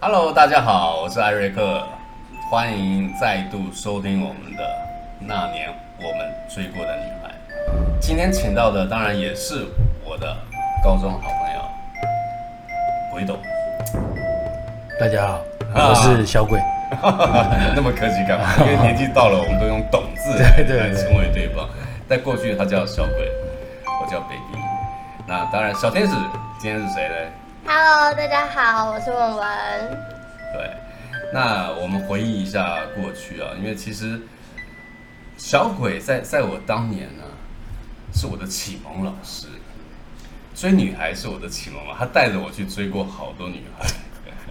Hello，大家好，我是艾瑞克，欢迎再度收听我们的《那年我们追过的女孩》。今天请到的当然也是我的高中好朋友鬼董， 大家好，啊我是小鬼。那么客气干 嘛？因为年纪到了，我们都用“董”字对对来对称谓对方。但过去他叫小鬼，我叫 baby。那当然，小天使今天是谁呢？ Hello，大家好，我是文文。对，那我们回忆一下过去啊，因为其实小鬼在在我当年呢、是我的启蒙老师，追女孩是我的启蒙嘛，他带着我去追过好多女孩。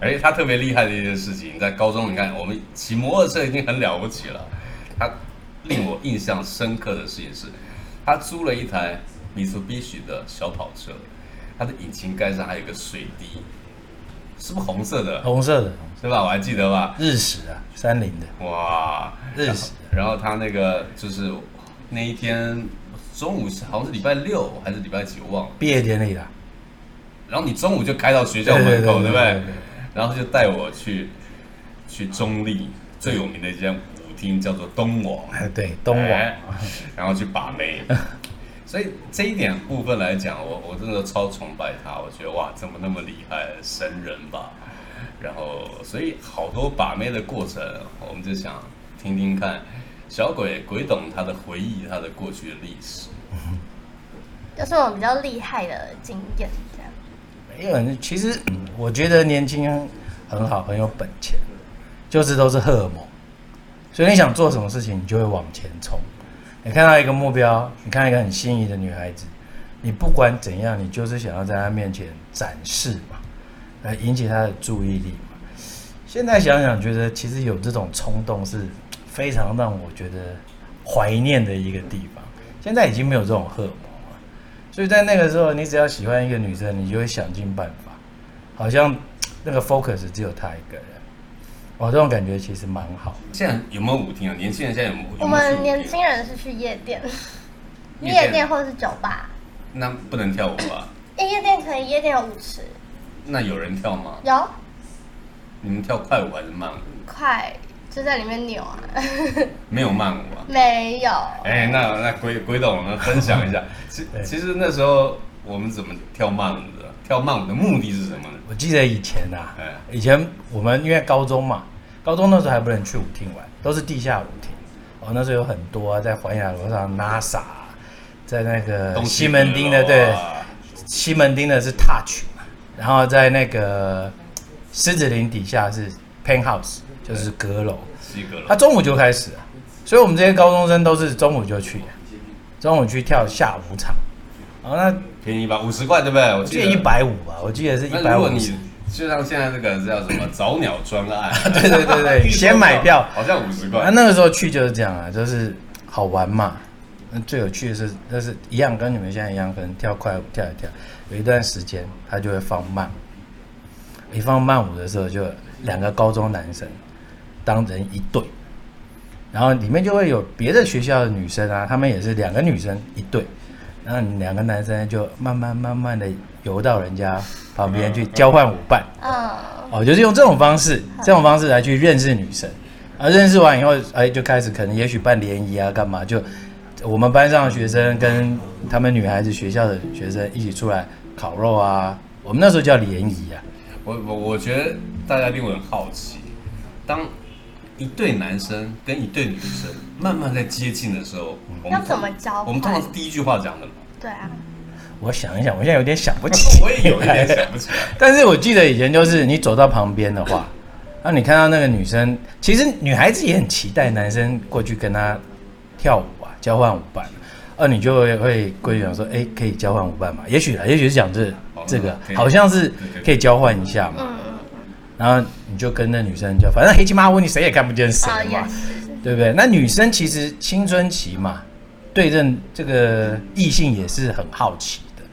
而且他特别厉害的一件事情，在高中你看，我们骑摩托车已经很了不起了。他令我印象深刻的事情是，他租了一台 Mitsubishi 的小跑车，它的引擎盖上还有一个水滴，是不是红色的？红色的是吧？我还记得吧？日食啊，三菱的哇，日食。然后他那个就是那一天中午是好像是礼拜六还是礼拜几，我忘了。毕业典礼啦，然后你中午就开到学校门口，不对对对对对对？然后就带我去去中立最有名的一间舞厅，叫做东王。哎对，东网哎，然后去把 妹。所以这一点部分来讲，我我真的超崇拜他，我觉得哇，怎么那么厉害，神人吧。然后，所以好多把妹的过程，我们就想听听看小鬼鬼懂他的回忆，他的过去的历史。就是我比较厉害的经验，这样。没有。其实嗯我觉得年轻人很好，很有本钱，就是都是荷尔蒙，所以你想做什么事情，你就会往前冲。你看到一个目标，你看到一个很心仪的女孩子，你不管怎样，你就是想要在她面前展示嘛，来引起她的注意力嘛。现在想想，觉得其实有这种冲动是非常让我觉得怀念的一个地方。现在已经没有这种荷尔蒙了，所以在那个时候，你只要喜欢一个女生，你就会想尽办法，好像那个 focus 只有她一个人。哦，这种感觉其实蛮好。现在有没有舞厅啊？年轻人现在有没有？我有没有去们舞厅哦年轻人是去夜店，夜夜店店或是酒吧。那不能跳舞吧？哎，夜店可以，夜店有舞池，那有人跳吗？有你们跳快舞还是慢舞？快就在里面扭啊。 没有慢舞啊。没有，哎、那那鬼鬼董，我们分享 一下。其对其实那时候我们怎么跳慢舞的？跳慢舞的目的是什么呢？我记得以前啊哎，以前我们因为高中嘛，高中那时候还不能去舞厅玩，都是地下舞厅。哦，那时候有很多啊，在环亚楼上 NASA，在那个呃西门町的，东西对德，啊西门町的是 Touch 嘛，然后在那个狮子林底下是 Penthouse，就是阁楼。西格他楼。中午就开始了，所以我们这些高中生都是中午就去，中午去跳下午场。哦，那便宜吧，五十块对不对？我我记记得得一。百五吧，我记得是一那百如五果。你就像现在这个叫什么早鸟专案， 对对 对对，先买票，好像五十那块。啊那个时候去就是这样啊，就是好玩嘛。那最有趣的是，那是一样跟你们现在一样，可能跳快舞跳一跳，有一段时间他就会放慢舞。一放慢舞的时候，就两个高中男生当成一对，然后里面就会有别的学校的女生啊，她们也是两个女生一对，然后两个男生就慢慢慢慢的游到人家旁边去交换舞伴。嗯，哦，就是用这种方式，这种方式来去认识女生，啊，认识完以后，哎，就开始可能也许办联谊啊，干嘛？就我们班上的学生跟他们女孩子学校的学生一起出来烤肉啊，我们那时候叫联谊啊，我我我觉得大家令我很好奇，当一对男生跟一对女生慢慢在接近的时候，我要们怎么交我们通常换是？第一句话讲的嘛，，对啊，我想一想，我现在有点想不起 我也有一点想不起来。但是我记得以前就是你走到旁边的话，然后你看到那个女生，其实女孩子也很期待男生过去跟她跳舞啊，交换舞伴，呃，你就会会规定说，哎，可以交换舞伴嘛？也许啦，也许是讲这哦这个可以，好像是对可以交换一下嘛。嗯，然后你就跟那女生就，反正黑漆麻乌，你谁也看不见谁啊嘛也，是，对不对？那女生其实青春期嘛，对这这个异性也是很好奇的。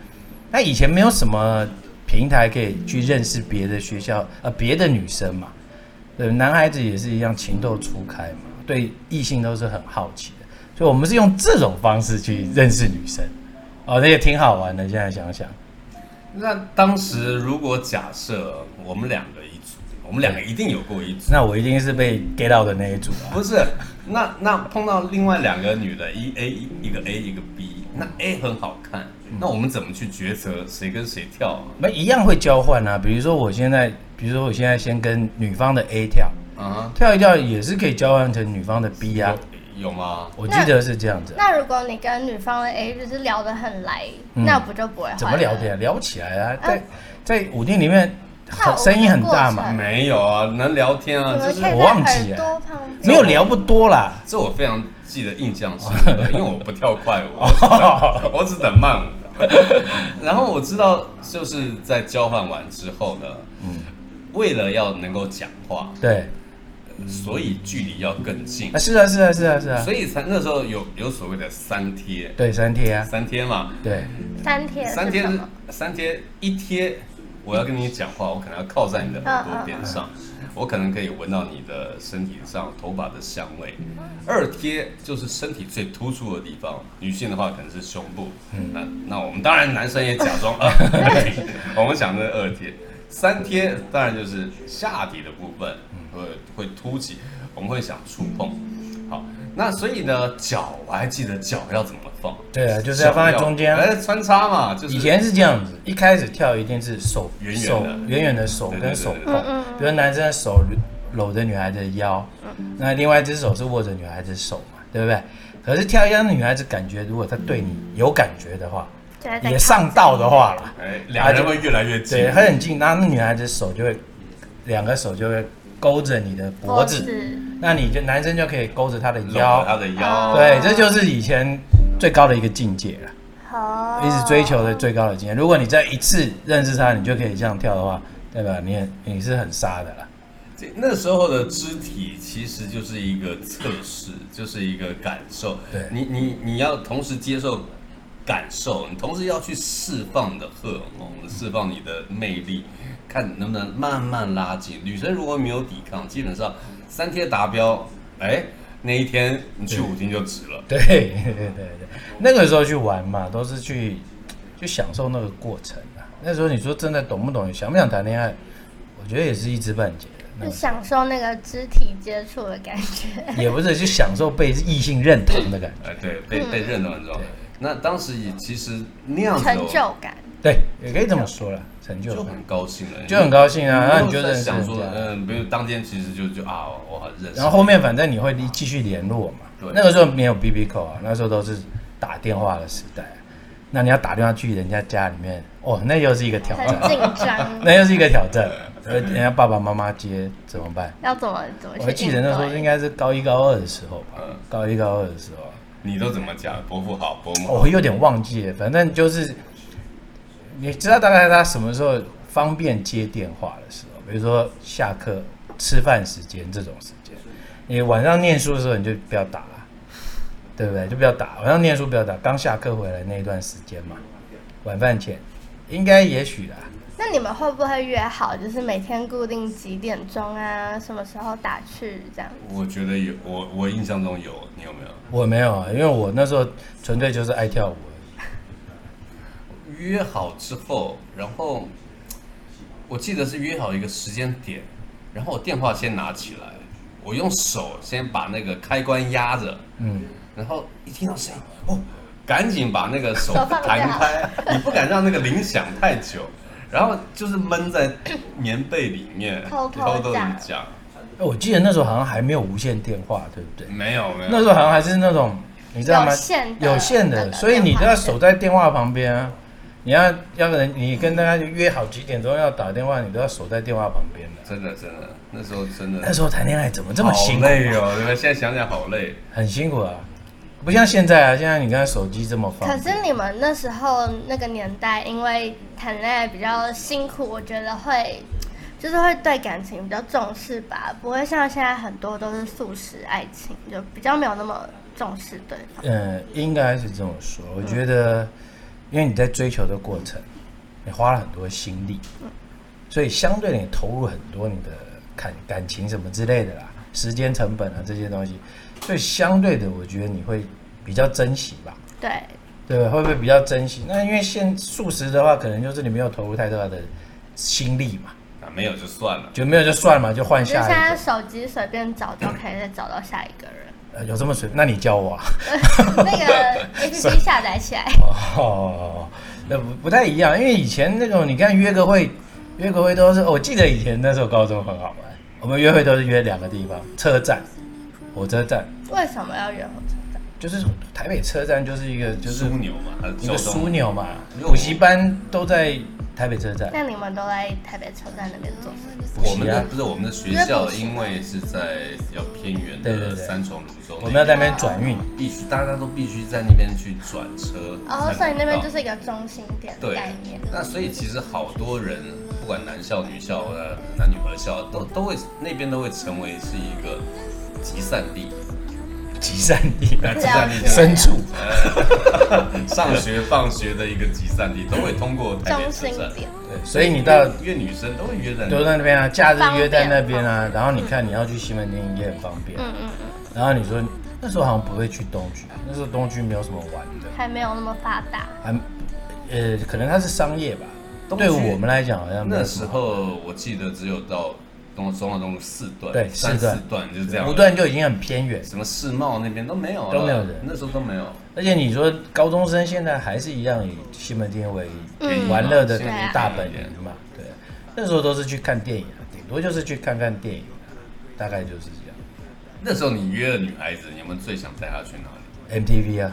那以前没有什么平台可以去认识别的学校呃别的女生嘛，对，男孩子也是一样情窦初开嘛，对异性都是很好奇的，所以我们是用这种方式去认识女生，哦，那也挺好玩的。现在想想，那当时如果假设我们两个一组，我们两个一定有过一组。那我一定是被 get out 的那一组啊。不是，那那碰到另外两个女的，一 A 一个 A 一个 B，那 A 很好看，那我们怎么去抉择谁跟谁跳啊？那一样会交换啊，比如说我现在，比如说我现在先跟女方的 A 跳，啊跳一跳也是可以交换成女方的 B 啊。有有吗？我记得是这样子啊、那如果你跟女方的 A 就是聊得很来，嗯那不就不会坏了怎么聊天啊？聊起来啊，嗯在在舞厅里面很那我们的声音很大过嘛程，没有啊，能聊天啊，你就们是可以我忘在记了耳朵旁没边。有聊不多啦。这我非常记得印象深刻，因为我不跳快舞，我只等慢舞。 然后我知道，就是在交换完之后呢，嗯为了要能够讲话，对，所以距离要更近啊，，是啊，是啊，是啊，是啊所，以才那时候有有所谓的三贴，对，三贴啊，三贴嘛，对，三天三是贴什是么？三贴，一贴我要跟你讲话，我可能要靠在你的耳朵边上，嗯我可能可以闻到你的身体上头发的香味。嗯二贴就是身体最突出的地方，女性的话可能是胸部。那那我们当然男生也假装啊，我们讲的是二贴。三贴当然就是下体的部分会会凸起，我们会想触碰。好，那所以呢，脚我还记得脚要怎么放，对啊，就是要放在中间啊。哎，穿插嘛，就是以前是这样子，一开始跳一定是手远远的手对对远远的手跟手对碰，比如男生的手搂着女孩子的腰，嗯那另外一只手是握着女孩子的手嘛，对不对？可是跳一让女孩子感觉，如果她对你有感觉的话，就在也啊上道的话啦，哎，两个人会越来越近对，。她很近，那那女孩子手就会，两个手就会勾着你的脖子，那你就男生就可以勾着她的搂着他腰，的腰，对，这就是以前最高的一个境界了。哦，一直追求的最高的经验。如果你在一次认识他，你就可以这样跳的话，代表你也你是很杀的啦。 这那时候的肢体其实就是一个测试，就是一个感受。对你你你要同时接受感受，你同时要去释放你的荷尔蒙，释放你的魅力，看你能不能慢慢拉近。女生如果没有抵抗，基本上三天达标，哎，那一天你去舞厅就值了。对对对对对，那个时候去玩嘛，都是去去享受那个过程啊。那时候你说真的懂不懂，想不想谈恋爱，我觉得也是一知半解的。那就个享受那个肢体接触的感 觉。也不是去享受被异性认同的感觉，哎，对，被嗯被认同很重要。那当时也其实那样子哦成就 感，对，也可以这么说了，成就就感很高兴了，就很高兴啊。那你就在认识想人说，家，嗯，比如当天其实就就啊，我好认识。然后后面反正你会继续联络嘛。对那个时候没有 B B 扣啊，那时候都是打电话的时代。啊那你要打电话去人家家里面，哦，那又是一个挑很战，紧张， 那又是一个挑战。呃人家爸爸妈妈接怎么办？要怎么怎么去应对？我还记得那时候应该是高哎一高二的时候吧嗯，高一高二的时候，啊你都怎么讲？伯父好，伯母好哦我有点忘记了，反正就是你知道大概他什么时候方便接电话的时候，比如说下课、吃饭时间这种时间，你晚上念书的时候你就不要打了，对不对？就不要打，晚上念书不要打，刚下课回来那一段时间嘛，晚饭前应该也许啦，那你们会不会约好，就是每天固定几点钟啊，什么时候打去这样？我觉得有，我我印象中有，你有没有我没有啊，因为我那时候纯粹就是爱跳舞而已。约好之后，然后我记得是约好一个时间点，然后我电话先拿起来，我用手先把那个开关压着，嗯，然后一听到声音，哦，赶紧把那个手手放啊弹下开，你不敢让那个铃响太久，然后就是闷 在棉被里面，偷偷地讲讲，哎我记得那时候好像还没有无线电话，对不对？没有没有，那时候好像还是那种，你知道吗？有线的有线的那个所以你都电要话守在电话旁边啊。你要要不然你跟大家约好几点钟要打电话，你都要守在电话旁边的。真的真的，那时候真的那时候谈恋爱怎么这么辛苦好？累哦，对吧？现在想想好累。很辛苦啊，不像现在啊，现在你看手机这么方可便。是你们那时候那个年代，因为谈恋爱比较辛苦，我觉得会就是会对感情比较重视吧，不会像现在很多都是素食爱情，就比较没有那么重视对方。嗯，应该是这么说。我觉得，因为你在追求的过程，你花了很多心力，所以相对你投入很多你的感感情什么之类的啦，时间成本啊这些东西，所以相对的，我觉得你会比较珍惜吧，对，对吧？会不会比较珍惜？那因为现素食的话，可能就是你没有投入太多的心力嘛，啊，没有就算了。就没有就算了嘛，就换就是下现一在个。手机随便找就可以再找到下一个 人。呃，有这么水？那你教我啊？那个 A P P 下载起来，哦，那不不太一样，因为以前那种你看约个会，约个会都是，我记得以前那时候高中很好玩，我们约会都是约两个地方，车站、火车站，为什么要约火车站？就是台北车站就是一个就是枢纽嘛，它是一个交通枢纽嘛，因为我补习班都在台北车站，那你们都在台北车站那边做什么？我们补的习啊不是我们的学校，因为是在比较偏远对对的对三重、泸州，我们要在那边转运，必须大家都必须在那边去转车。哦，所以那边就是是一个中心点的对概念。。那所以其实好多人，不管男校、女校、呃男女合校，都都会那边都会成为是一个集散地。集散 地，啊那集散地了在解深处，上学、放学的一个集散地，都会通过台北中车心站。点，对，所以你到约女生都会约在那都边。在那边啊，假日方便约在那边啊，然后你看你要去西门町也很方便，嗯嗯嗯，然后你说那时候好像不会去东区，那时候东区没有什么玩的，还没有那么发达。还呃，可能它是商业吧，东区对我们来讲好像没有那什时么候我记得只有到东中华东路四段，对三四段四段就这样了，五段就已经很偏远，什么世贸那边都没有了，都没有人那时候都没有。而且你说高中生现在还是一样以西门町为嗯啊玩乐的现在大本营嘛，对，那时候都是去看电影啊，顶多就是去看看电影啊，大概就是这样。那时候你约了女孩子，你们最想带她去哪里？ MTV 啊，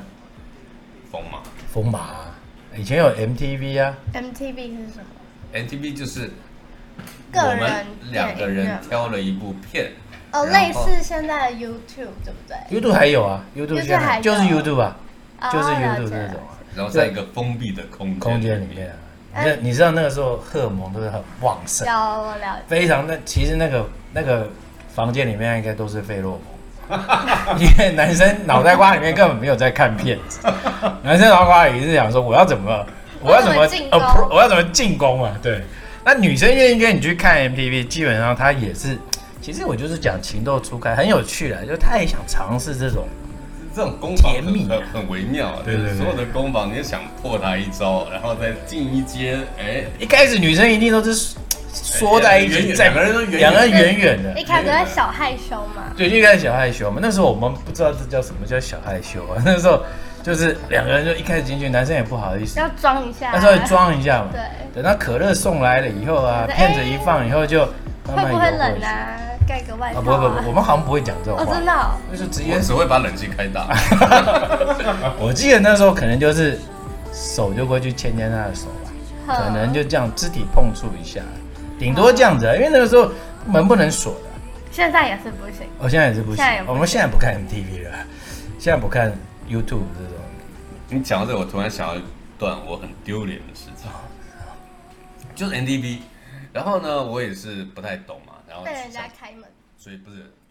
疯马疯马啊，以前有 MTV 啊， MTV 是什么？ ，NTV 就是个我们人两个人电影院挑了一部片，然哦，后类似现在的 YouTube 对不对？ YouTube 还有啊，YouTube 现在 YouTube 还有就是 YouTube 啊，哦就是了 YouTube 解这种了解啊然后在一个封闭的空间空间里面啊，你知道你知道那个时候荷尔蒙都是很旺盛，哎有我了解，非常那其实那个那个房间里面应该都是费洛蒙，因为男生脑袋瓜里面根本没有在看片子，男生脑袋瓜里是想说我要怎么我要怎么我要怎么进攻 appro- 我要怎么进攻啊？对，那女生愿意跟你去看 MTV，基本上她也是，其实我就是讲情窦初开，很有趣啦，就她也想尝试这种，这种攻防甜蜜很啊很很微妙啊，对对对所有的攻防你也想破她一招，然后再进一阶，哎，一开始女生一定都是缩在一远起，远在两个人都远远两个人远远的一。开始会小害羞嘛，对，就一开始小害羞嘛。那时候我们不知道这叫什么叫小害羞啊。 那时候就是两个人就一开始进去，男生也不好意思要，装一下。那时候啊装一下嘛。对，等到可乐送来了以后啊，对哎片子一放以后就慢会慢不游会过冷去。啊？盖个外套啊，啊？不不不，我们好像不会讲这种哦，话真，的哦，就是直接我。只会把冷气开大。我记得那时候可能就是手就过去牵牵他的手吧，呵可能就这样肢体碰触一下，顶多这样子啊，因为那个时候门不能锁的。现在也是不行。我哦现在也是不现行在也，不我们现在不看 MTV 了，现在不看 YouTube 这种。你讲到这个，我突然想到一段我很丢脸的事情，就是 NDB。然后呢，我也是不太懂嘛，然后被人家想开门，追不是